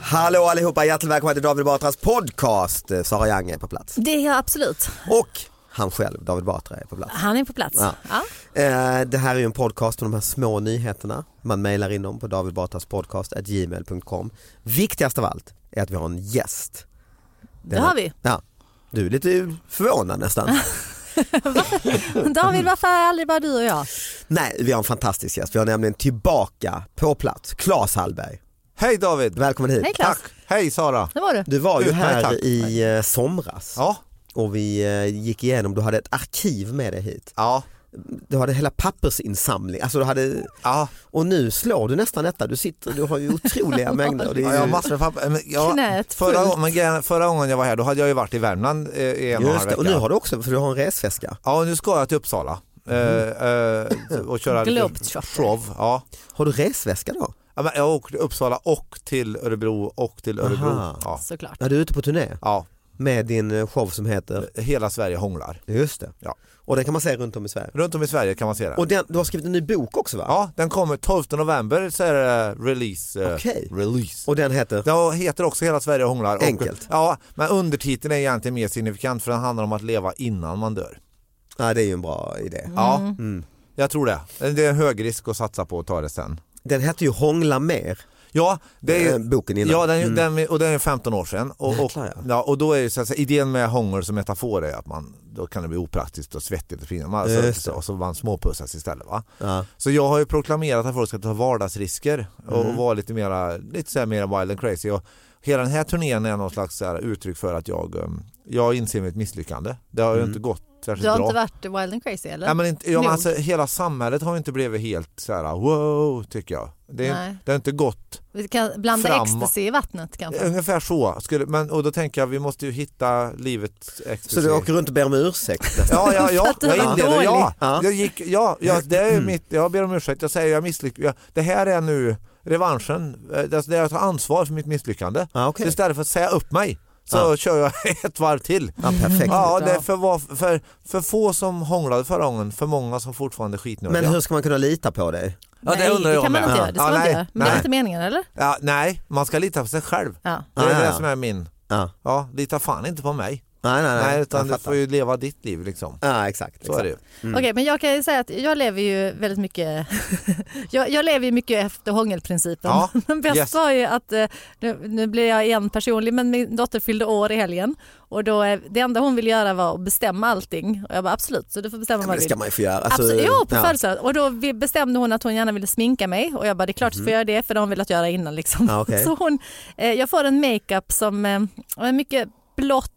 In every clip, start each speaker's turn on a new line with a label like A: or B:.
A: Hallå allihopa, hjärtligt välkomna till David Batras podcast. Eh, Sara Young är på plats.
B: Det är jag absolut.
A: Och han själv, David Batra, är på plats.
B: Han är på plats.
A: Ja.
B: Ja.
A: Eh, Det här är ju en podcast om de här små nyheterna. Man mejlar in dem på davidbatraspodcast.gmail.com. Viktigast av allt är att vi har en gäst.
B: Det har vi.
A: Ja. Du är lite förvånad nästan.
B: David, varför är aldrig bara du och jag?
A: Nej, vi har en fantastisk gäst. Vi har nämligen tillbaka på plats Claes Hallberg.
C: Hej David!
A: Välkommen hit.
B: Hej Claes.
C: Hej Sara!
B: Det var du.
A: Du var ju
C: Utmärkt,
A: här
C: tack.
A: i eh, somras
C: Ja,
A: och vi eh, gick igenom, du hade ett arkiv med dig hit.
C: ja,
A: Du hade hela pappersinsamling, alltså du hade,
C: ja.
A: och nu slår du nästan detta, du sitter, du har ju otroliga mängder. och Det
C: ja
A: är
C: jag har
A: ju...
C: massor med papper. Men jag,
B: Knät
C: förra,
B: fullt.
C: gången- men grejen- förra gången jag var här då hade jag ju varit i Värmland eh, i en och en
A: Just
C: halv
A: det,
C: vecka.
A: och nu har du också, för du har en resväska.
C: Ja, och nu ska jag till Uppsala
A: Mhm.
C: eh, eh, och köra lite
B: Globetrotter.
C: show. Ja.
A: Har du resväska då?
C: Ja, men jag åkte till Uppsala och till Örebro och till Örebro.
A: Aha.
C: Ja.
B: Såklart.
A: Ja, du är ute på turné
C: ja,
A: med din eh, show som heter,
C: hela Sverige hånglar.
A: just det,
C: Ja.
A: och den kan man se runt om i Sverige.
C: Runt om i Sverige kan man se den.
A: Och den, du har skrivit en ny bok också va?
C: Ja, den kommer 12 november så är det release. eh,
A: Okej.
C: release.
A: Och den heter?
C: Den heter också Hela Sverige hånglar. Och-
A: Enkelt.
C: Ja, men undertiteln är egentligen mer signifikant för den handlar om att leva innan man dör.
A: Ja, det är ju en bra idé.
B: Mm.
C: Ja,
A: Mm.
C: jag tror det. Det är en hög risk att satsa på att ta det sen.
A: Den hette ju Hångla mer.
C: Ja, det är,
A: Eh, boken innan.
C: Ja, den, den, och den är 15 år sedan. Och, och,
A: Jäklar, ja.
C: ja, och då är ju så att säga, idén med hångel som metafor är att man, då kan det bli opraktiskt och svettigt och fint. Man, så,
A: Just
C: så, och så man småpussas istället. Va?
A: Ja.
C: Så jag har ju proklamerat att folk ska ta vardagsrisker och,
A: Mm.
C: och vara lite mera, lite så här mera wild and crazy. Och hela den här turnén är någon slags så här uttryck för att jag, eh, jag inser mitt misslyckande. Det har
A: Mm.
C: ju inte gått särskilt
B: Du har
C: bra.
B: inte varit wild and crazy eller?
C: Ja, men inte, ja, men
B: Nog.
C: alltså, hela samhället har ju inte blivit helt så här wow tycker jag. Det, är,
B: Nej.
C: det har inte gått
B: Vi kan blanda
C: Fram-
B: ecstasy i vattnet kanske.
C: Ungefär så. Skulle, men, och då tänker jag vi måste ju hitta livets ecstasy.
A: Så du åker runt och ber om ursäkt?
C: Ja, ja, ja.
B: att du
C: Jag
B: var
C: inleder,
B: dålig.
C: ja.
A: Ja. Mm.
C: Jag, gick, ja, ja det är ju mitt, jag ber om ursäkt, jag säger jag misslyckades. Jag, det här är nu revanschen, Eh, det det är att ta ansvar för mitt misslyckande.
A: Ja, okej.
C: Så Istället för att säga upp mig så
A: Ja.
C: kör jag ett varv till.
A: Ja, perfekt.
C: Ja, det är för, var- för, för få som hånglade förra gången, för många som fortfarande är skitnödiga.
A: Men hur ska man kunna lita på dig?
C: ja,
B: nej, det kan man inte göra. Det ska
C: Ja,
B: man inte
C: nej,
B: göra. Men det är
C: nej.
B: inte meningen eller?
C: Ja, nej, man ska lita på sig själv.
B: Ja.
C: Det är
A: Ah,
C: det
A: ja.
C: som är min
A: Ja.
C: Ja, lita fan inte på mig.
A: Nej, nej, nej.
C: Nej, utan
A: Jag
C: du
A: fattar.
C: får ju leva ditt liv liksom.
A: Ja, exakt.
C: Så
A: exakt.
C: är det ju.
B: Okej, men jag kan ju säga att jag lever ju väldigt mycket, jag, jag lever ju mycket efter hångelprincipen.
C: Ja,
B: Men bäst
C: yes.
B: var ju att, eh, nu, nu blir jag igen personlig, men min dotter fyllde år i helgen och då, eh, det enda hon ville göra var att bestämma allting. Och jag bara absolut, så du får bestämma vad
A: Men
B: du
A: det
B: vill.
A: ska man ju få göra. Alltså,
B: Absolut, jo, på
A: ja.
B: födelsedag. Och då vi- bestämde hon att hon gärna ville sminka mig och jag bara det är klart du får göra det för det har hon velat göra innan. Liksom.
A: Mhm. Ja, okej.
B: Så hon, eh, jag får en makeup som eh, är mycket blått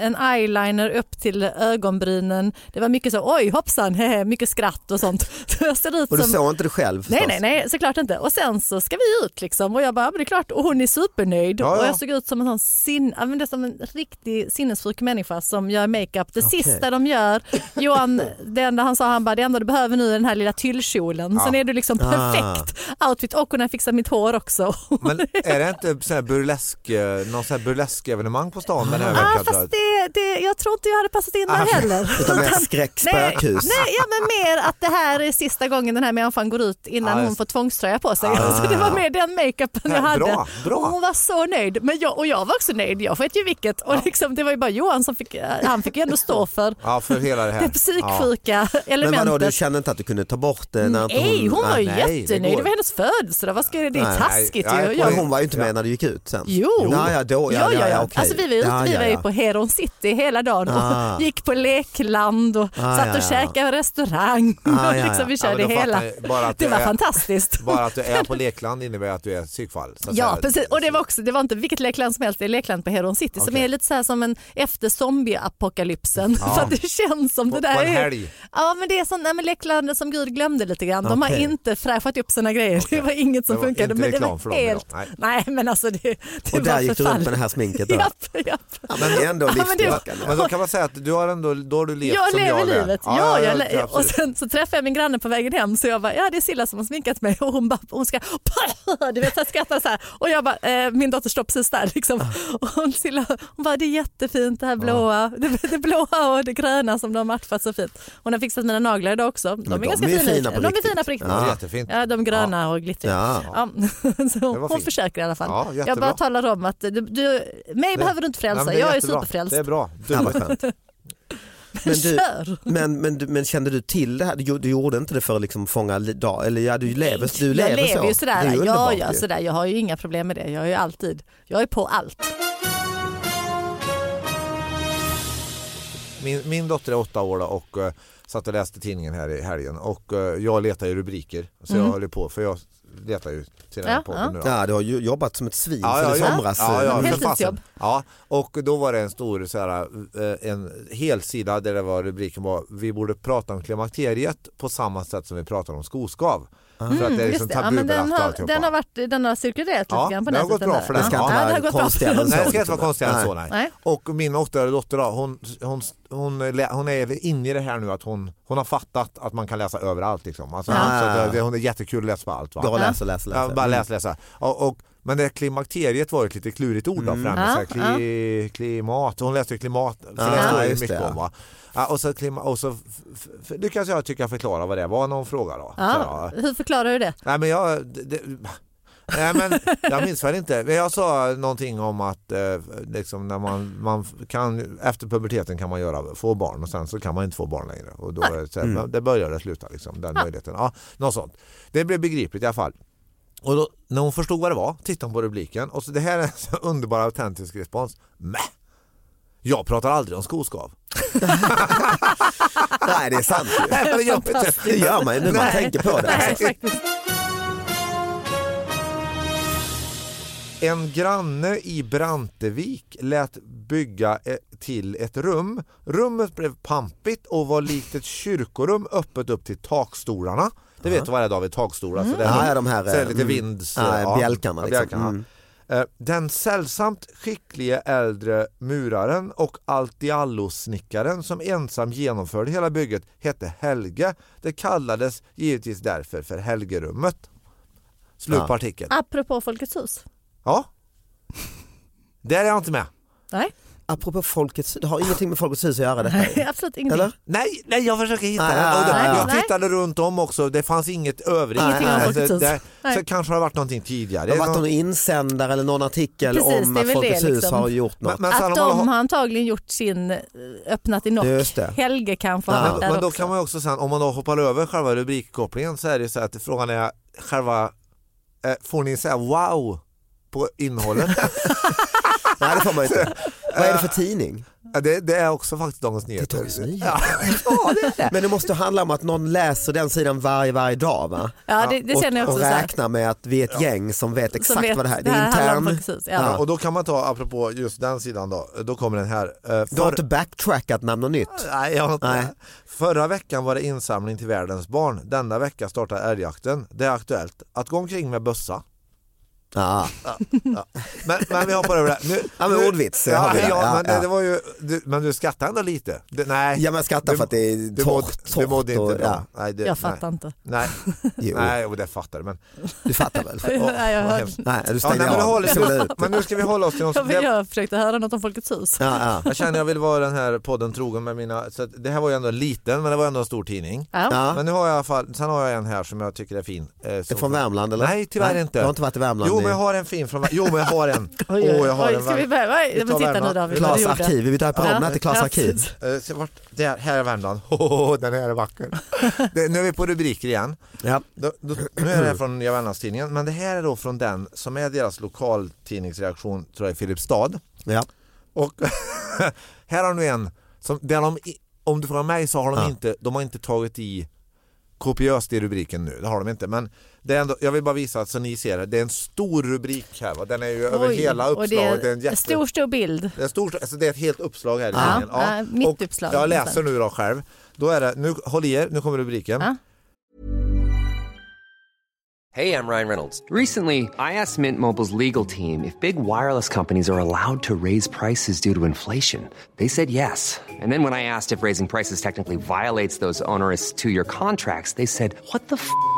B: en eyeliner upp till ögonbrynen. Det var mycket så oj hoppsan, hehe, mycket skratt och sånt. Så jag ser ut
A: Och du
B: som...
A: såg inte du själv
B: Nej,
A: förstås?
B: nej, nej, såklart inte. Och sen så ska vi ut liksom och jag bara, ja, men det är klart. Och hon är supernöjd
C: Ja, ja.
B: och jag såg ut som en sån sin, ja, men det är som en riktig sinnessjuk människa som gör makeup. Det sista de gör, Johan, det enda han sa, han bara, det enda du behöver nu är den här lilla tyllkjolen. Sen är du liksom perfekt outfit och hon har fixat mitt hår också.
C: Ah. Men är det inte så här burlesk, eh, någon sån här burlesk-evenemang på stan den här Ah,
B: Ah,
C: veckan? tror
B: fast
C: jag?
B: det, det, jag tror inte jag hade passat in där heller.
A: Utan mer skräck, spökhus.
B: Nej, nej, ja, men mer att det här är sista gången den här människan går ut innan
C: Ah,
B: hon
C: just-
B: får tvångströja på sig. Så det var mer den makeupen jag
C: Ja,
B: hade.
C: bra, bra.
B: Och hon var så nöjd. Men jag, och jag var också nöjd, jag sket ju vilket. Och liksom, det var ju bara Johan som fick, eh, han fick ju ändå stå för
C: Ja, för hela det här.
B: det psyksjuka
A: Men
B: elementet.
A: vadå, du kände inte att du kunde ta bort det? När inte
B: nej, hon
A: Ah,
B: var ju
C: nej, det
B: jättenöjd. Det,
C: går.
B: var hennes födelsedag. Vad ska jag, det är
A: Nej,
B: taskigt
C: nej,
B: ju.
C: nej,
B: Jag-
A: Men hon var ju inte med när du gick ut sen.
B: Jo,
A: Ja, ja, då, ja, ja, ja, okej.
B: Alltså, vi var ute,
A: Ja,
B: vi
A: ja,
B: var ju
A: ja.
B: på Heron City hela dagen
A: Ah.
B: och gick på lekland och
A: Ah,
B: satt och
A: ja, ja.
B: käkade restaurang.
A: Ah,
B: och
A: ja, ja.
B: liksom, vi
C: Ja,
B: körde
C: men då
B: hela.
C: fattar jag bara att
B: det
C: det
B: var
C: är-
B: fantastiskt.
C: Bara att du är på lekland innebär att du är ett psykfall. så att
B: Ja
C: säga.
B: precis och det var också, det var inte vilket lekland som helst, det är lekland på Heron City som
C: Okej.
B: är lite så här som en efter zombieapokalypsen.
C: Ja.
B: För att det känns som
C: På-
B: det där
C: på en
B: är...
C: helg.
B: Ja men det är sån, nej, men leklandet som Gud glömde lite grann. De har
A: Okej.
B: inte fräschat upp sina grejer. Det var inget som
C: Det var
B: funkade.
C: inte
B: men det
C: reklam för
B: var
C: dem
B: helt...
C: idag.
B: Nej. men alltså det, det
A: Och där
B: var
A: gick du runt
B: förfall.
A: med det här sminket då?
B: Japp, japp.
A: Ja, men ändå
B: Ja, men det var-
A: livsstickande.
C: Men då kan man säga att du har ändå, då har du levt
B: Jag
C: som
B: lever
C: jag
B: livet. Ja, jag le- och
C: absolut.
B: sen så träffade jag min granne på vägen hem så jag bara, ja det är Silla som har sminkat mig och hon bara, hon ska, du vet jag skrattar så här och jag bara, eh, min dotter står precis där liksom.
C: Ah.
B: Och hon, Silla, hon bara, det är jättefint det här blåa, det, det blåa och det gröna som de har matchat så fint. Hon har fixat mina naglar idag också. De
A: Men
B: är ganska
A: de är
B: fina.
A: fina på
B: de är
A: riktigt.
B: fina på riktigt.
C: Ja, jättefint.
B: Ja, de gröna och glittriga.
A: Ja.
B: Ja. Så hon, hon
C: fint.
B: försöker i alla fall.
C: Ja, jättebra.
B: jag bara talar om att du, du, mig behöver du inte
C: Nej,
B: frälsa,
C: men det
B: jag är
C: jättebra.
B: superfrälst.
C: Det är bra. Du,
A: Ja, vad skönt. Men, du,
B: Kör!
A: men, men, du- men kände du till det här? Du, du gjorde inte det för att liksom fånga li- dag? Eller ja, du lever, du lever,
B: jag lever
A: så.
B: ju
A: Det är
B: sådär. Ja,
A: underbart
B: ja,
A: ju.
B: sådär. Jag har ju inga problem med det. Jag är ju alltid, jag är på allt.
C: Min, min dotter är åtta år då och uh, satt och läste tidningen här i helgen och eh, jag letar ju rubriker. Så jag håller på för jag letar ju till den här
B: Mm. Ja,
C: podden
B: ja.
C: nu. då.
A: Ja, du har ju jobbat som ett svin
C: Ja,
A: sen
C: ja,
A: i
C: ja.
A: somras.
C: Ja, ja, för
B: Heltidsjobb.
C: fasen. Ja, och då var det en stor så här, eh, en helsida där det var rubriken var vi borde prata om klimakteriet på samma sätt som vi pratar om skoskav.
A: Ah.
C: För att det är liksom
B: Mm, Just det. Ja, men den,
C: tabubelagt och
B: har,
C: alltihopa.
B: den, har varit, den har cirkulerat lite
C: Ja,
B: grann på
C: det har
B: nätet.
C: gått bra
B: där.
C: för den
B: Ja.
C: ska
A: inte
B: ja,
A: vara
B: det har gått bra för
A: konstigare än
B: den.
C: Nej, det ska inte
A: liksom.
C: vara konstigare än så.
A: Nej.
C: Nej.
B: Nej.
C: Och min åttaåriga dotter då, hon, hon, hon, lä- hon är inne i det här nu att hon, hon har fattat att man kan läsa överallt. Liksom. Alltså,
A: Ja.
C: så det, det, hon är jättekul att läsa på allt. Va?
A: Bara läsa, läsa, Ah. Mm.
C: Ja,
A: läsa.
C: bara läsa, läsa. Och, och, men det här klimakteriet var ju ett lite klurigt ord då,
A: Mm.
C: för henne,
B: Ja,
C: så här, kli, klimat. Hon läste ju klimat, för
A: Ja,
C: det står ju
A: Ah, just
C: mycket
A: det.
C: om. Va? Ja, och så, klima, och så f, f, f, lyckas jag tycka förklara vad det var när hon frågade. Då.
A: Ah.
C: Så,
B: Ja. Hur förklarar du det?
C: Nej men jag... Det, det, nej men jag minns väl inte. Men Jag sa någonting om att eh, liksom när man, man kan, efter puberteten kan man göra, få barn och sen så kan man inte få barn längre. Och då, är det så här,
A: Mm.
C: men Det börjar och slutar liksom, den möjligheten. Ja, något sånt. Det blev begripligt i alla fall. Och då, när hon förstod vad det var tittade hon på rubriken och så det här är en så underbar autentisk respons. Mäh! Jag pratar aldrig om skoskav.
A: Nej, det är sant ju.
C: Nej, men jag-
A: Det gör man ju nu när man tänker på det.
B: Nej,
A: Alltså.
B: faktiskt.
C: En granne i Brantevik lät bygga eh, till ett rum. Rummet blev pampigt och var likt ett kyrkorum öppet upp till takstolarna. Det vet du vad det är David, takstolar. Så det
A: Mm. Ja, ja, de här,
C: så det är lite
A: mm,
C: vinds...
A: ja, bjälkarna liksom. Mm.
C: Eh, Den sällsamt skicklige äldre muraren och Altiallo-snickaren som ensam genomförde hela bygget hette Helge. Det kallades givetvis därför för Helgerummet. Slut på artikeln.
B: Apropå Folkets hus.
C: Ja. Där är jag inte med.
B: Nej.
A: apropå Folkets hus, det har ingenting med Folkets hus att göra detta
B: Nej, absolut ingenting.
A: Eller?
C: Nej, nej, jag försöker hitta
A: Ah,
C: den.
A: ah,
C: Och den-
A: ah,
B: ah.
C: jag
B: Nej.
C: tittade runt om också, det fanns inget övrigt.
A: Ingenting om
C: Alltså,
B: Folkets hus.
C: det- Så
B: Nej.
C: kanske har det varit någonting tidigare.
A: Det har varit
C: Någon-
A: någon insändare eller någon artikel
B: Precis, det
A: om
B: är
A: att
B: väl
A: Folkets
B: det,
A: hus
B: liksom.
A: har gjort något.
C: Men- men sen
B: att
C: om man har-
B: de har antagligen gjort sin, eh, öppnat i
A: Just
B: nock.
A: det.
B: Helge kanske har
A: Ja.
B: varit
C: Men, men
B: där
C: då
B: också.
C: kan man ju också sen, om man då hoppar över själva rubrikkopplingen så är det ju så att frågan är själva, eh, får ni säga wow på innehållet?
A: Nej det får man ju inte. Vad
C: eh,
A: är det för tidning?
C: Ja, det, det är också faktiskt Dagens
A: Det är
C: Nyheter.
A: Dagens Nyheter.
C: Ja, ja, det är det.
A: Men det måste handla om att någon läser den sidan varje, varje dag va?
B: Ja, det, det känner jag
A: och, och
B: också. så här.
A: räknar med att vi är ett gäng som vet exakt
B: vet-
A: vad det här är. Det är
B: här handlar om
A: intern.
B: Folkets hus,
A: Ja.
B: Ja.
C: Och då kan man ta, apropå just den sidan då, då kommer den här. Eh,
A: Du har
C: för-
A: inte backtrackat namn och nytt.
C: Nej, jag har inte.
A: Nej.
C: Förra veckan var det insamling till världens barn. Denna vecka startar älgjakten. Det är aktuellt. Att gå omkring med bössa.
A: Ja.
C: Men, men vi hoppar över det. Nu,
A: Ja, men
C: nu-
A: ordvits har
C: Ja,
A: vi där.
C: ja,
A: Ja,
C: men, det-
A: ja.
C: Det var ju, du, men du skrattar ändå lite. Det, nej.
A: ja men jag skrattar för att det
C: du mådde-
A: är torrt.
C: Du
A: torrt
C: mådde inte
A: och,
C: bra.
A: ja.
C: Nej, det,
B: Jag fattar inte.
C: Nej, nej,
A: Jo,
C: nej och det fattar du. Men,
A: du fattar väl?
B: Ja, jag,
C: vad
B: hörde,
C: hemskt.
A: Nej du
C: ja, nej,
A: stänger
C: men, nu
A: av.
C: håller,
A: Sola
C: nu,
A: ut.
C: men nu ska vi hålla oss till de
B: jag,
C: som... det-
B: jag försökte höra något om Folkets hus.
A: Ja, ja.
C: Jag känner jag vill vara den här podden trogen med mina... Så att det här var ju ändå en liten, men det var ändå en stor tidning.
B: Ja.
A: Ja.
C: Men nu har jag i alla fall, sen har jag en här som jag tycker är fin. Eh,
A: Det
C: så-
A: är från Värmland eller?
C: Nej, tyvärr inte.
A: Du har inte varit i Värmland?
C: Jo men
A: i-
C: jag har en fin från Jo men jag har en. Åh
B: Oj, oj,
C: jag har
B: oj,
C: en.
B: ska vi
C: Värm...
B: börja? Oj,
C: Vi
B: nej,
C: tar
B: men titta
C: Värmland.
B: nu David. vad
A: Klas
B: du gjorde.
A: arkiv, vi byter promenad
B: Ja.
A: till Klas
B: Ja,
A: arkiv.
B: precis.
C: Eh, så vart- där, här är Värmland. den här är vacker. det, nu är vi på rubriker igen.
A: Ja.
C: Då, då, nu är det här från Nya Värmlandstidningen men det här är då från den som är deras lokaltidningsreaktion tror jag i Filipstad.
A: Ja.
C: Och här har nu en som, där de, i- om du frågar mig så har de
A: Ja.
C: inte, de har inte tagit i kopiöst i rubriken nu, det har de inte. Men det är ändå, jag vill bara visa att så ni ser det, det är en stor rubrik här va? Den är ju över
B: Oj,
C: hela
B: och det
C: uppslaget.
B: är
C: Det är en jätte...
B: Stor, stor bild.
C: Det är, stort, alltså det är ett helt uppslag här i
B: Ja,
C: tidningen.
B: ja, mitt
C: Och
B: uppslag
C: Jag
B: nästan.
C: läser nu då själv. Då är det, nu, håll i er, nu kommer rubriken.
B: Ja.
D: Hey, I'm Ryan Reynolds. Recently, I asked Mint Mobile's legal team if big wireless companies are allowed to raise prices due to inflation. They said yes. And then when I asked if raising prices technically violates those onerous two year contracts, they said, What the f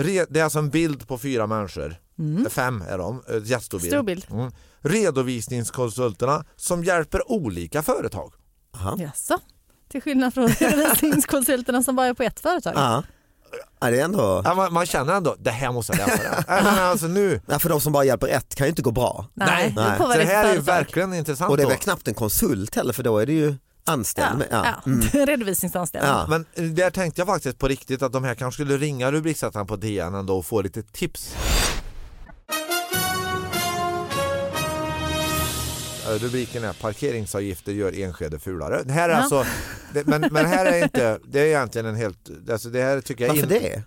C: Re, det är alltså en bild på fyra människor. Fem är de, eh, jättestor bild.
B: Mm. Stor bild.
C: Mm. Redovisningskonsulterna som hjälper olika företag.
B: Jaså? Till skillnad från redovisningskonsulterna som bara är på ett företag.
A: Ja. ja, det är ändå...
C: Ja, man, man känner ändå, det här måste jag läsa. det här. Ja, men alltså nu,
A: Ja, för de som bara hjälper ett kan ju inte gå bra.
B: Nej,
A: Nej.
B: det
C: så
B: får vara
C: det
B: ett
C: här är ju
B: företag.
C: verkligen intressant.
A: Och det är
C: då.
A: väl knappt en konsult heller för då är det ju anställd.
B: Ja,
A: Men, ja. Mm.
B: ja. redovisningsanställd.
A: Ja.
C: Men eh, där tänkte jag faktiskt på riktigt att de här kanske skulle ringa rubriksättaren på DN ändå och få lite tips. Eh, Rubriken är parkeringsavgifter gör Enskede fulare. Det här är
B: Ja.
C: alltså, det, men, men här är inte, det är egentligen en helt, alltså det här tycker jag
A: Varför
C: inte.
A: det?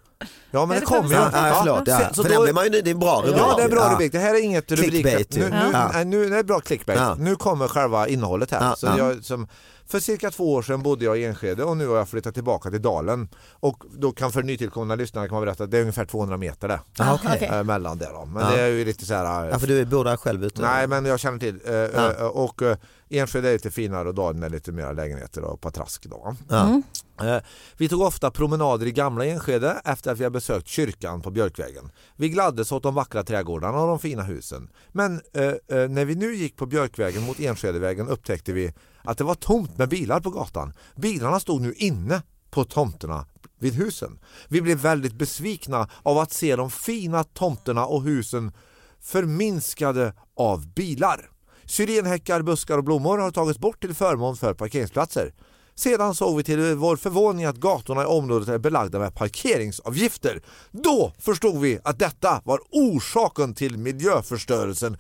C: Ja men
B: Nej,
C: det
B: det
C: kommer ju.
B: får vi
A: Ja,
B: säga.
A: ja, förlåt. Ja.
C: Så
A: för
C: då-
A: den blir man ju, det är en bra rubrik.
C: Ja, det är bra
A: Ja.
C: rubrik. Det här är inget rubrik.
A: Clickbait ju.
C: nu, nu,
A: Ja.
C: nej, nu, det är bra clickbait.
A: Ja.
C: Nu kommer själva innehållet här.
A: Ja,
C: Så
A: ja.
C: jag, som, för cirka två år sedan bodde jag i Enskede och nu har jag flyttat tillbaka till Dalen. Och då kan för nytillkomna lyssnare kan man berätta att det är ungefär 200 meter där.
A: Ja, okej.
B: okej.
C: Eh, mellan där då. Men
A: Ja.
C: det är ju lite så här... eh,
A: Ja, för du bor där själv ute.
C: Nej men jag känner till. Eh, eh, Och eh, Enskede är lite finare och Dalen är lite mer lägenheter och patrask då.
A: Ja.
C: Eh, Vi tog ofta promenader i gamla Enskede efter att vi hade besökt kyrkan på Björkvägen. Vi gladdes åt de vackra trädgårdarna och de fina husen. Men eh, eh, när vi nu gick på Björkvägen mot Enskedevägen upptäckte vi att det var tomt med bilar på gatan. Bilarna stod nu inne på tomterna vid husen. Vi blev väldigt besvikna av att se de fina tomterna och husen förminskade av bilar. Syrenhäckar, buskar och blommor har tagits bort till förmån för parkeringsplatser. Sedan såg vi till vår förvåning att gatorna i området är belagda med parkeringsavgifter. Då förstod vi att detta var orsaken till miljöförstörelsen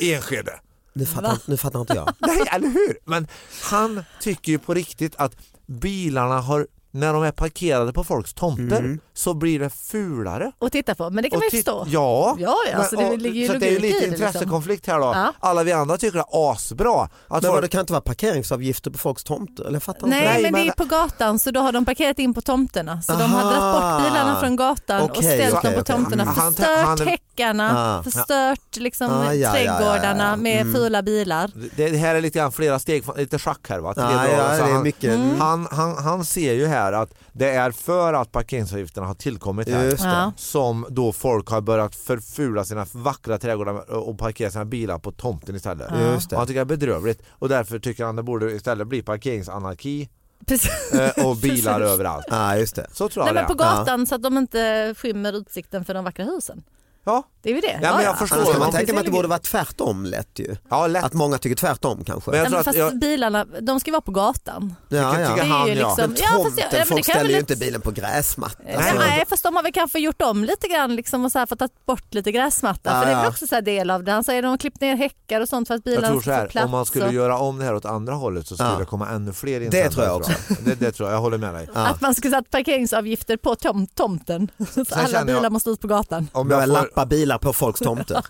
C: i Enskede.
A: Nu fattar, nu fattar inte jag.
C: Nej, eller hur? Men han tycker ju på riktigt att bilarna har, när de är parkerade på folks tomter så blir det fulare.
B: Och titta på, men det kan
C: Och
B: man ju
C: titt-
B: förstå.
C: Ja,
B: Ja, ja, så det ligger ju
C: så det är ju
B: logik i
C: lite
B: det, liksom.
C: intressekonflikt här då.
B: Ja.
C: Alla vi andra tycker det är asbra. Att
A: Men
C: folk-
A: vad, det kan inte vara parkeringsavgifter på folks tomter? Eller jag fattar
B: Nej,
A: inte.
C: Nej,
B: men det
C: men-
B: är på gatan så då har de parkerat in på tomterna. Så de
A: Aha.
B: har dragit bort bilarna från gatan och
A: Okej,
B: ställt
C: okej,
B: dem på
A: okej.
B: tomterna.
C: Mm. Han-
B: Förstört
C: han-
B: häckarna,
A: Ah.
B: förstört liksom,
A: Ah, ja, ja, ja, ja.
B: trädgårdarna med fula bilar.
C: Det det här är lite grann flera steg, från- lite schack här va? Tre
A: Ja,
C: drag.
A: ja,
C: Så
A: det är
C: han,
A: mycket. Mm.
C: han, han, han ser ju här att det är för att parkeringsavgifterna har tillkommit här
A: Just det.
B: Ja.
C: som då folk har börjat förfula sina vackra trädgårdar och parkera sina bilar på tomten istället.
A: Just det.
C: Och han tycker det är bedrövligt och därför tycker han det borde istället bli parkeringsanarki
B: Precis.
C: eh, och bilar överallt.
A: Ja, just det.
C: Så tror jag
B: Nej, men
C: det
B: på
C: är.
B: gatan så att de inte skymmer utsikten för de vackra husen.
C: Ja.
B: Det är ju det.
C: men jag förstår.
A: Annars kan Alltså, man
C: Ja.
A: tänka mig att det borde vara tvärtom lätt ju.
C: ja, lätt.
A: Att många tycker tvärtom kanske.
C: Men jag tror
B: Nej, men
C: att
B: fast
C: jag-
B: bilarna, de ska ju vara på gatan.
A: ja,
C: tycker
A: ja.
B: Det är
C: han,
B: ju
C: ja.
B: liksom,
A: Men
B: ja, fast,
A: tomten,
B: jag- ja, men det
A: folk
B: kan jag
A: ställer
B: väl Eh.
A: ju
B: inte
A: inte bilen på gräsmattan.
C: Alltså-
B: Nej, nej, fast de har väl kanske gjort om lite grann liksom och så här fått tagit bort lite gräsmatta.
A: Ja,
B: för det är väl
A: ja.
B: också så här del av det. Han säger de har klippt ner häckar och sånt för att
C: Jag
B: bilarna
C: tror så
B: ska få
C: här,
B: plats.
C: om man skulle
B: och-
C: göra om det här åt andra hållet så skulle
A: Ja.
C: det komma ännu fler insändare.
A: tror jag också.
C: Det, det tror jag, jag håller med dig.
B: Att man skulle sätta parkeringsavgifter på tom tomten. Så
C: känner
B: alla
C: jag-
B: bilar måste ut på gatan.
C: Om
A: Börja
C: jag får,
A: lappa bilar på folks tomter.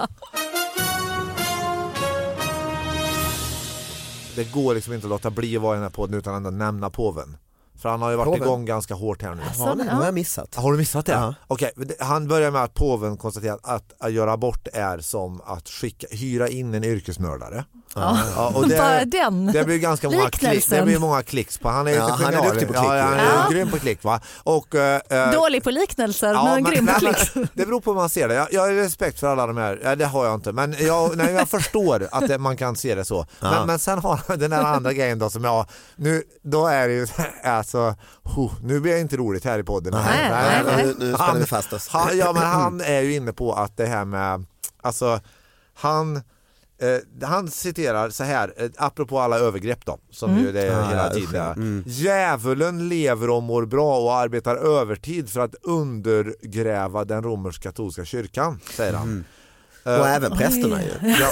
C: det går liksom inte att låta bli att vara i den här podden utan att ändå nämna påven. För han har ju varit
A: Påven?
C: igång ganska hårt här nu.
A: Ja,
B: Alltså,
A: det har jag missat.
C: Har du missat det?
A: Ja.
C: Okej, men det- han börjar med att påven konstaterar att att göra abort är som att skicka, hyra in en yrkesmördare.
B: Ja.
C: Ja, och
B: Bara
C: det,
B: den
C: det blir ganska många, klick,
B: liknelsen.
C: det blir många klicks på. Han är, ju
A: Ja,
C: ett
A: han är
C: genial-
A: duktig på klick,
C: Ja,
A: ju.
C: han är
B: Ja.
C: grym på klick. Va? Och, eh, eh,
B: Dålig på liknelser
C: Ja,
B: men grym på
C: nej,
B: klick.
C: men Det beror på hur man ser det. Jag, jag har respekt för alla de här, ja, det har jag inte, men jag, nej, jag förstår att det, man kan se det så. Men, men sen har jag den där andra grejen då som jag, nu, då är det ju så här, alltså, huh, nu blir det inte roligt här i podden.
B: Nej, nej, nej.
A: Nu- nu spänner vi fast oss.
C: Han, ja, men han är ju inne på att det här med, alltså, han Eh, han citerar så här, eh, apropå alla övergrepp då, som ju det är
A: Ah,
C: hela
A: ja,
C: tiden.
A: usch,
C: Djävulen lever och mår bra och arbetar övertid för att undergräva den romersk-katolska kyrkan, säger han. Eh.
A: Och även prästerna ju.
C: Ja,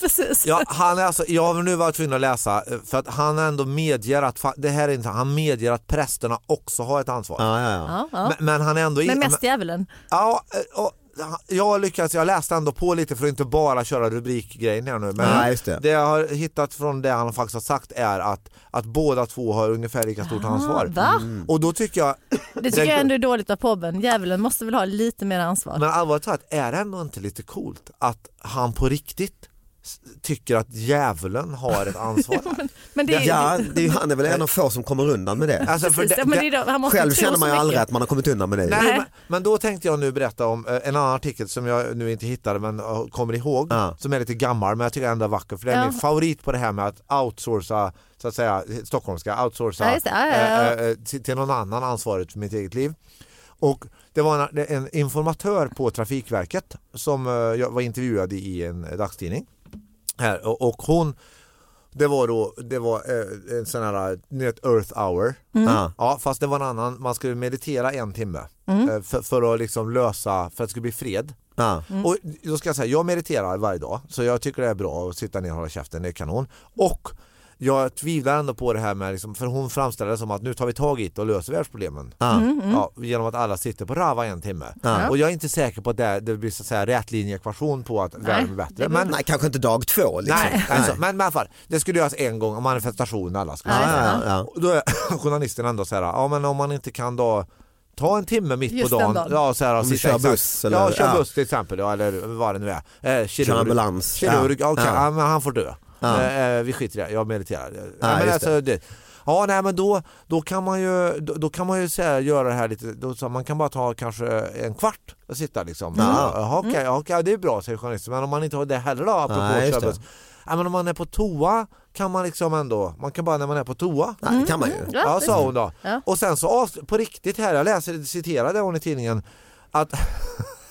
B: Precis.
C: ja, han är alltså, jag har nu varit tvungen att läsa eh, för att han ändå medger att, fa- det här är inte, han medger att prästerna också har ett ansvar.
A: Ja, ja, ja.
B: Ja, ja.
C: Men, men han är ändå
B: Men
C: in-
B: mest djävulen.
C: Ja, eh, och jag har lyckats, jag läste ändå på lite för att inte bara köra rubrikgrejen här nu. Men
A: Nej, just det.
C: jag har hittat från det han faktiskt har sagt är att, att båda två har ungefär lika stort ansvar.
B: Ah,
C: Mm.
B: va?
C: Och då tycker jag,
B: Det tycker jag ändå är dåligt av påven. Djävulen måste väl ha lite mer ansvar.
C: men allvarligt talat, är det ändå inte lite coolt att han på riktigt s- tycker att djävulen har ett ansvar? här?
B: Men det är,
A: Ja, det är ju, han är väl en av få som kommer undan med det.
C: Alltså, för
B: Precis,
C: det-
B: ja, men
C: det-
B: det är då, han måste
A: Själv
B: tro
A: känner
B: så
A: man ju
B: mycket.
A: aldrig att man har kommit undan med det.
C: Nej,
B: Nej.
C: Men, men då tänkte jag nu berätta om eh, en annan artikel som jag nu inte hittade men eh, kommer ihåg
A: Ja.
C: som är lite gammal men jag tycker ändå är vacker för det är
B: Ja.
C: min favorit på det här med att outsourca så att säga stockholmska, outsourca
B: Ja, just det. Ja, ja, ja.
C: eh, eh, till, till någon annan ansvaret för mitt eget liv. Och det var en, en informatör på Trafikverket som eh, jag var intervjuad i en dagstidning. Här, och, och hon, det var då, det var eh, en sån här, ni vet, earth hour.
A: Ja.
C: Ja, fast det var en annan. Man skulle meditera en timme eh, för, för att liksom lösa, för att det skulle bli fred.
A: Mm. Ja. Mm.
C: Och då ska jag säga, jag mediterar varje dag så jag tycker det är bra att sitta ner och hålla käften, det är kanon. Och jag tvivlar ändå på det här med, liksom, för hon framställer det som att nu tar vi tag i det och löser världsproblemen.
A: Mm,
C: Ja, genom att alla sitter på Rava en timme. Och jag är inte säker på att det, det blir så att säga rätlinjeekvation på att världen blir bättre. Men,
A: Nej, kanske inte dag två liksom.
C: Nej, alltså, men i alla fall, det skulle göras en gång och manifestation alla skulle
A: Ja,
C: göra.
A: ja, ja.
C: Och Då är journalisten ändå så här, ja men om man inte kan då ta en timme mitt
B: Just
C: på dagen.
B: den dagen.
C: Ja, så här, och
A: Om du
C: sitta
A: kör
C: exakt-
A: buss eller-
C: ja, kör
A: ja.
C: buss till exempel, ja, eller vad det nu är. Eh, kirurg.
A: ambulans.
C: Kirurg,
A: Ja.
C: ja. okej,
A: Ja.
C: ja, men han får dö.
A: Ja.
C: Eh, eh, vi skiter i det, jag mediterar. Ja, men
A: just
C: alltså, det. Ja, nej, men då, då kan man ju, då, då kan man ju så här, göra det här lite, då, så man kan bara ta kanske en kvart och sitta liksom. Ja. Jaha, okej, ja, okej, det är bra säger journalisten, men om man inte har det heller då, apropå
A: Nej,
C: att
A: just
C: köra
A: det.
C: buss. Ja, men om man är på toa kan man liksom ändå, man kan bara när man är på toa.
A: Nej, det kan man ju.
B: Ja,
C: Ja,
B: precis.
C: sa hon då.
B: Ja.
C: Och sen så avs- på riktigt här, jag läser, citerade hon i tidningen att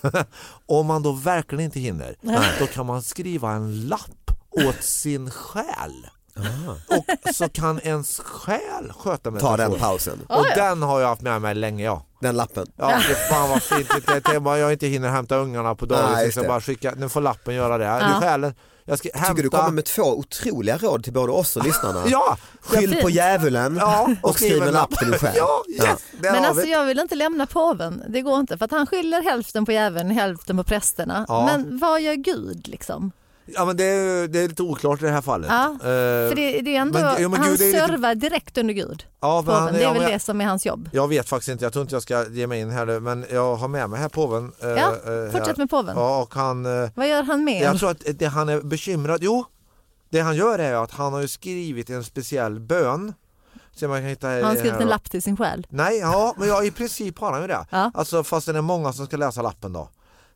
C: om man då verkligen inte hinner, då kan man skriva en lapp åt sin själ. och så kan ens själ sköta
A: Ah. Ta
C: meditation.
A: den pausen,
C: Och den har jag haft med mig länge ja.
A: den lappen.
C: Ja, det fan vad fint. Det- det- det är bara Jag inte hinner hämta ungarna på
A: Nej,
C: dagis.
A: just
C: så Jag
A: det.
C: bara skicka, nu får lappen göra det. Här. Det är själen. Jag ska hämta.
A: Tycker du kommer med två otroliga råd till både oss och lyssnarna.
C: Ja!
A: Skyll på
B: fint.
A: djävulen
C: ja
A: och skriv en lapp till dig själv.
C: Ja, yes, där
B: Men
C: har
B: alltså
C: vi.
B: jag vill inte lämna påven, det går inte för att han skyller hälften på djävulen hälften på prästerna.
C: Ja.
B: Men vad gör Gud liksom?
C: ja, men det, är, det är lite oklart i det här fallet.
B: Ja,
C: Eh,
B: För det, det är ändå,
C: men- jo, men
B: han
C: Gud är ju lite-
B: servar direkt under Gud.
C: ja, men
B: Påven.
C: han-
B: det
C: ja,
B: är väl
C: men-
B: det som är hans jobb.
C: Jag vet faktiskt inte, jag tror inte jag ska ge mig in här nu, men jag har med mig här påven. eh,
B: Ja,
C: eh, här.
B: fortsätt med påven.
C: Ja, och han, eh,
B: Vad gör han mer?
C: jag tror att det han är bekymrad, jo, det han gör är ju att han har ju skrivit en speciell bön. Så man kan hitta
B: Har han skrivit en lapp till sin själ?
C: Nej, ja, men jag, i princip har han ju det.
B: Ja.
C: Alltså fast det är många som ska läsa lappen då.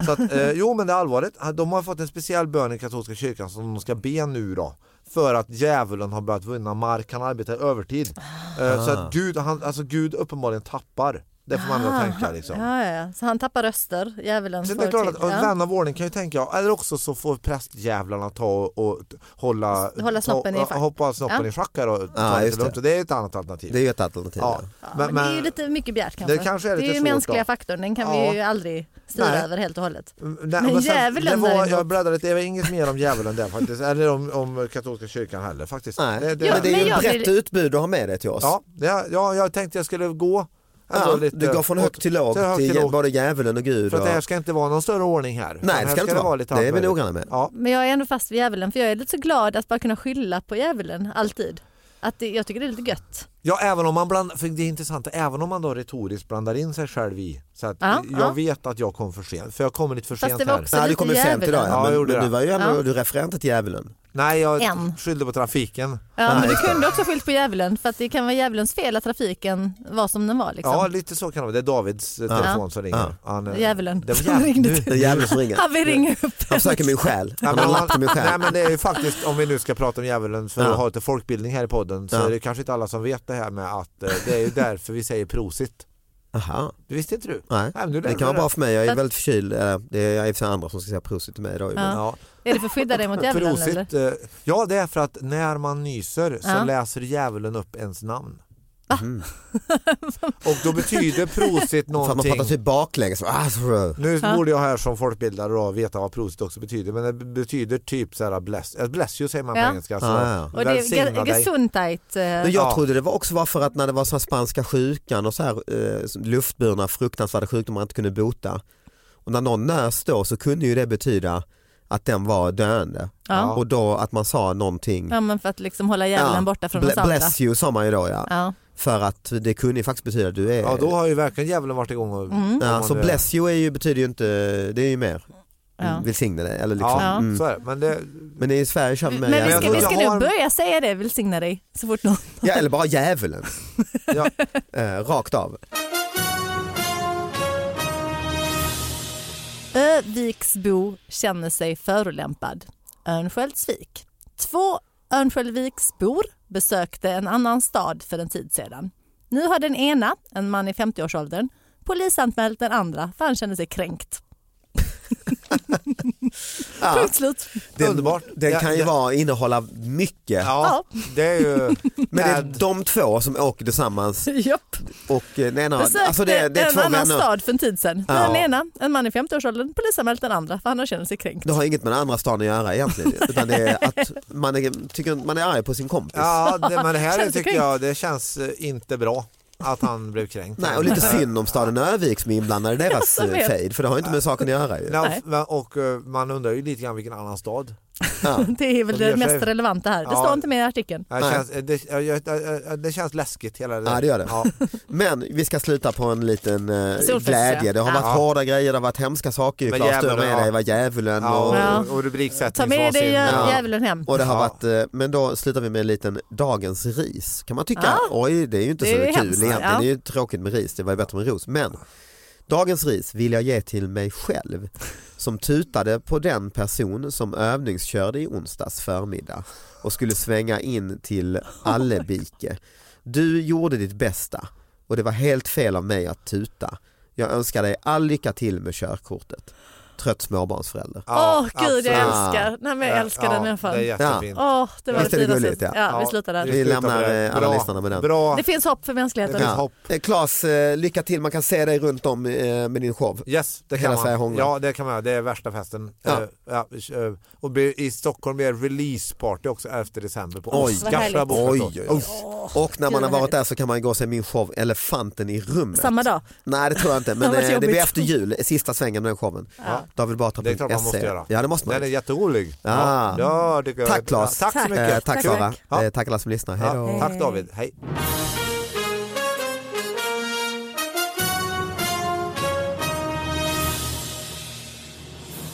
C: Så att, eh, jo men det är allvarligt, de har fått en speciell bön i katolska kyrkan som de ska be nu då. För att djävulen har börjat vinna mark, han arbetar övertid. Eh, så
A: Ah.
C: att Gud, han, alltså Gud uppenbarligen tappar. Det får man ändå tänka liksom.
B: Ah. Ja, ja, ja. Så han tappar röster, djävulen.
C: Sen
B: får
C: det är klart
B: till.
C: att en
B: Ja.
C: vän av ordning kan ju tänka, ja, eller också så får prästjävlarna ta och, och t- hålla,
B: Hålla snoppen i
C: ta,
B: schack.
C: hoppa snoppen
B: Ja.
C: i schack här och ta
A: Ja,
C: det
A: just det.
C: lugnt. Och Det är ett annat alternativ.
A: Det är ju ett alternativ.
C: ja.
A: Ja.
B: Ja, men, det är ju lite mycket begärt kanske.
C: Det kanske är lite
B: ju
C: svårt
B: mänskliga
C: då.
B: faktorn, den kan
C: Ja.
B: vi ju aldrig styra
C: Nej.
B: över helt och hållet.
C: Nej,
B: Men
C: sen-
B: djävulen
C: det var,
B: däremot.
C: Jag bläddrade lite, det var inget mer om djävulen där faktiskt, eller om, om katolska kyrkan heller faktiskt.
A: Nej.
C: Det, det,
B: Ja,
A: men det är ju
B: men
A: ett
B: jag
A: brett
B: vill-
A: utbud du har med dig till oss.
C: ja, ja, ja, jag tänkte jag skulle gå ändå
A: Ja,
C: lite,
A: du går från högt
C: åt-
A: till lågt
C: högt
A: till,
C: till lågt.
A: både djävulen och Gud.
C: För att det här
A: Och...
C: ska inte vara någon större ordning här. Utan
A: det
C: här
A: ska inte vara.
C: lite
A: Det är
C: allt
A: vi
C: möjligt.
A: noggranna med.
C: Ja.
B: Men jag är ändå fast vid djävulen för jag är lite så glad att bara kunna skylla på djävulen alltid. Att det, jag tycker det är lite gött.
C: ja, även om man bland, för det är intressant, även om man då retoriskt blandar in sig själv i. Så att
B: Ja,
C: jag
B: ja.
C: vet att jag kom för sent, för jag kommer lite för
B: Fast
C: sent
B: det var
C: här.
B: också-
A: Ja, du
B: lite
A: kom ju sent
B: djävulen.
A: idag
C: Ja,
A: ja,
C: jag
A: men,
C: gjorde
A: men
C: det.
A: du var ju ändå,
B: Ja.
A: du refererade inte till djävulen.
C: Nej, jag
B: En.
C: skyllde på trafiken.
B: Ja, men du
A: just det.
B: kunde också ha skyllt på djävulen för att det kan vara djävulens fel att trafiken var som den var. Liksom.
C: Ja, lite så kan det vara. Det är Davids eh, telefon som ringer.
A: Ja.
C: Han, eh,
B: Djävulen
C: det var
B: som
C: djävulen.
B: ringde
C: Nu-
A: Det är djävulen som ringer.
B: Ja, vi ringer upp.
A: Han söker min själ. Han har
C: men-
A: lagt min
C: Nej
A: själ.
C: men det är ju faktiskt, om vi nu ska prata om djävulen för
A: Ja.
C: att ha lite folkbildning här i podden så
A: Ja.
C: är det kanske inte alla som vet det här med att eh, det är ju därför vi säger prosit.
A: Aha.
C: Du visste inte du?
A: Nej.
C: men du
A: Det
C: lärde
A: kan vara
C: dig
A: bra för mig, jag är väldigt förkyld. Eller, Det är jag är i och för sig andra som ska säga prosit till mig idag. ju, men-
C: Ja.
B: Är det för att skydda dig mot djävulen eller?
C: Prosit, eh, ja det är för att när man nyser så
B: Ja.
C: läser djävulen upp ens namn.
A: Mhm.
C: Och då betyder prosit
A: För att man
C: någonting.
A: pratar typ baklänges. Ah, så-
C: Nu borde jag här som folkbildare då veta vad prosit också betyder men det betyder typ så här bless, eh, bless you säger man på
B: Ja.
C: engelska. Så
A: Ja, ja, ja.
B: Och det
C: välsigna
B: är
C: dig.
B: gesundheit. eh,
A: Men jag
C: Ja.
A: trodde det var också var för att när det var så här spanska sjukan och så här eh, luftburna fruktansvärda sjukdomar man inte kunde bota. Och när någon nös då så kunde ju det betyda att den var döende.
B: Ja.
A: Och då att man sa någonting.
B: Ja, men för att liksom hålla djävulen
A: Ja,
B: borta från
A: ble-
B: oss andra.
A: Bless you sa man ju då ja.
B: Ja.
A: För att det kunde ju faktiskt betyda att du är...
C: Ja då har ju verkligen djävulen varit igång
B: Mm.
C: och om
A: Ja,
C: man
A: så
C: nu-
A: bless you är ju, betyder ju inte, det är ju mer
B: Ja.
A: välsigne dig. Eller liksom.
C: Ja,
A: mm.
C: så är det. Men det,
A: Men i Sverige kör vi mer
B: Men vi
C: tror
B: ska, vi
A: djävulen.
C: jag
B: ska nu
C: har-
B: börja säga det, välsigna dig, så fort någon...
A: Ja, eller bara djävulen.
C: ja,
A: Eh, rakt av.
B: Öviksbo känner sig förolämpad. Örnsköldsvik. Två Örnsköldsviksbor besökte en annan stad för en tid sedan. Nu har den ena, en man i 50-årsåldern, polisanmält den andra för han kände sig kränkt. Punkt slut.
A: Den,
C: Underbart.
A: Den
C: Ja,
A: kan ju
C: ja.
A: vara, innehålla mycket.
C: ja, det är ju...
A: Men det är
C: Ad-
A: de två som åker tillsammans
B: Japp.
A: och eh, den ena,
B: Besökte
A: alltså det, det är
B: en
A: två
B: annan
A: vänner.
B: stad för en tid sedan.
A: Ja.
B: Den ena, en man i 50-årsåldern, polisanmält den andra för han känner sig kränkt.
A: Det har inget med den andra staden att göra egentligen utan det är att man är, tycker man är arg på sin kompis.
C: ja, det, men det här
B: Känns det
C: tycker jag, det känns eh, inte bra att han blev kränkt.
A: Nej, och lite synd om staden Örnsköldsvik som är inblandad i deras
B: Jag vet.
A: eh, fejd för det har ju inte med saken att göra. Ju.
C: Ja,
B: Nej.
C: men- och eh, man undrar ju lite grann vilken annan stad.
A: Ja.
B: Det är väl
C: De gör
B: det
C: sig-
B: mest relevanta här. Det
C: Ja.
B: står inte med i artikeln.
C: Det
A: Nej.
C: känns, eh, det, eh, jag- eh, eh, det känns läskigt hela det
A: Ja, det gör det.
C: Ja,
A: Men vi ska sluta på en liten eh,
B: Solfest,
A: glädje. Det har
B: ja.
A: varit
C: Ja.
A: hårda grejer, det har varit hemska saker. ju,
C: Men
A: Claes, du har
C: djävulen,
A: med
C: ja.
A: dig var djävulen och,
C: ja, och,
B: Ja.
C: och
B: Ta med dig
C: rubriksättningsvansinne.
A: Ja.
B: djävulen hem.
A: och det har
C: Ja.
A: varit, eh, men då slutar vi med en liten dagens ris. Kan man tycka, oj det är ju inte
B: Det
A: så
B: är ju
A: kul
B: hemskt,
A: egentligen.
B: ja.
A: Det är ju tråkigt med ris, det var ju bättre med ros. Men dagens ris vill jag ge till mig själv som tutade på den person som övningskörde i onsdags förmiddag och skulle svänga in till Allebike. Du gjorde ditt bästa och det var helt fel av mig att tuta. Jag önskar dig all lycka till med körkortet. trött småbarnsförälder.
B: Åh
C: Ja,
B: gud jag
A: absolut.
B: älskar, nej men jag älskar den människan.
C: Det är
B: Åh
C: jättefint.
B: det var
A: Visst
B: det
A: är det
B: finaste.
A: gulligt, ja.
B: ja, vi slutar där.
A: vi
C: slutar
A: lämnar,
C: med det.
A: eh, alla
C: Bra,
A: lyssnarna med den.
C: Bra.
B: Det finns hopp för mänskligheten.
C: finns hopp.
A: Eh, Claes, eh, lycka till. Man kan se dig runt om eh, med din show.
C: Yes, det
A: Hela
C: kan
A: Sverige
C: man.
A: hånglar.
C: Ja, det kan man. göra. Det är värsta festen.
A: Ja.
C: Eh, ja, eh, och blir- I Stockholm blir det releaseparty också 11 december på
A: Oj.
B: Vad härligt.
C: Oscarsfra
A: Oj,
C: bokförsdag.
A: oj, oj. Och när
B: Gud,
A: man har
B: vad
A: varit där så kan man ju gå och se min show Elefanten i rummet.
B: Samma dag.
A: Nej det tror jag inte, men
B: Det var
A: eh, det blir
B: jobbigt.
A: efter jul, sista svängen med den showen. David Batra.
C: Det är klart man måste göra.
A: Ja det måste man.
C: Den är jätterolig.
A: Ah.
C: Ja, det tycker jag.
A: Tack Claes.
C: Ja, Tack så mycket.
A: Eh, tack
B: Tack.
A: Sara.
C: Ja.
A: Eh, Tack alla som lyssnar. Hej då.
C: Ja, tack David. Hej.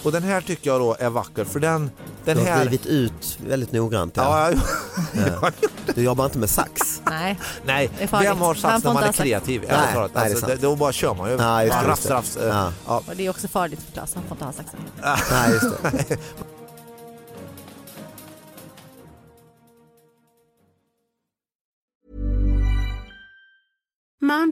C: Och den här tycker jag då är vacker för den, den
A: Du har
C: här...
A: drivit ut väldigt noggrant. Ja.
C: Ja, jag-
A: Du jobbar inte med sax.
B: Nej.
C: nej,
B: Det är farligt.
C: vem har
B: Man
C: sax
B: får
C: när man är
B: inte ha sax.
C: kreativ?
A: Nej,
C: ärligt talat?
A: nej, det är
C: Alltså,
A: sant.
C: då bara kör man ju.
A: Ja, just det,
C: Bara
A: just
C: rafs,
A: det.
C: rafs. eh,
A: Ja.
C: ja.
B: Och det är också farligt för Claes, han får inte ha saxen.
C: äh.
A: Nej, just det.
E: Mom